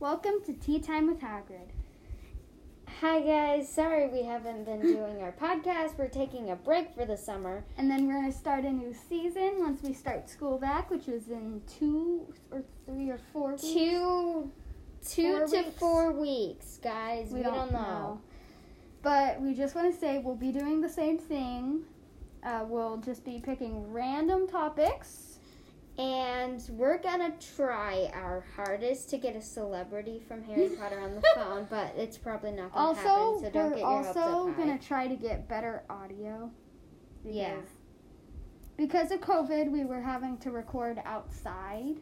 Welcome to Tea Time with Hagrid. Hi guys, sorry we haven't been doing our podcast. We're taking a break for the summer. And then we're going to start a new season once we start school back, which is in two or three or four weeks. Two two Four to weeks? four weeks, guys. We, don't, know. But we just want to say we'll be doing the same thing. Uh, we'll just be picking random topics. And we're gonna try our hardest to get a celebrity from Harry Potter on the phone, but it's probably not gonna happen, Also, so don't we're get your also hopes up high. going to try to get better audio. Yeah. because- Because of COVID, we were having to record outside,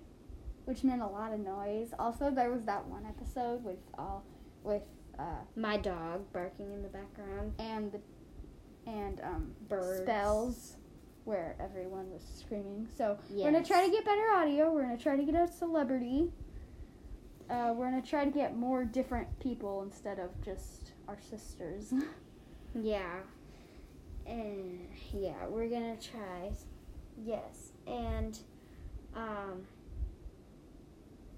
which meant a lot of noise. Also, there was that one episode with all with uh, My dog barking in the background. and the and um Birds. spells where everyone was screaming. So we're gonna Yes. try to get better audio. We're gonna try to get a celebrity. Uh, we're gonna try to get more different people instead of just our sisters. Yeah. And Eh, yeah, we're gonna try. Yes. And um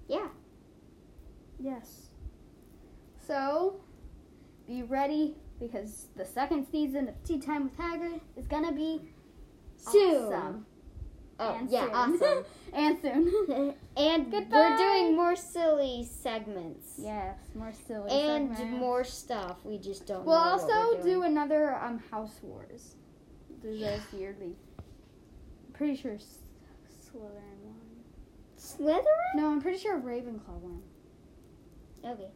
Yeah. yes. So be ready because the second season of Tea Time with Hagrid is gonna be Soon. awesome. Oh and yeah, soon. and soon. awesome. and Goodbye. we're doing more silly segments. yes, more silly And segments. more stuff. We just don't We'll know. what also we're do doing. another um, House Wars. Do Yeah. those yearly. Pretty sure S- Slytherin won. Slytherin? No, I'm pretty sure Ravenclaw won. Okay.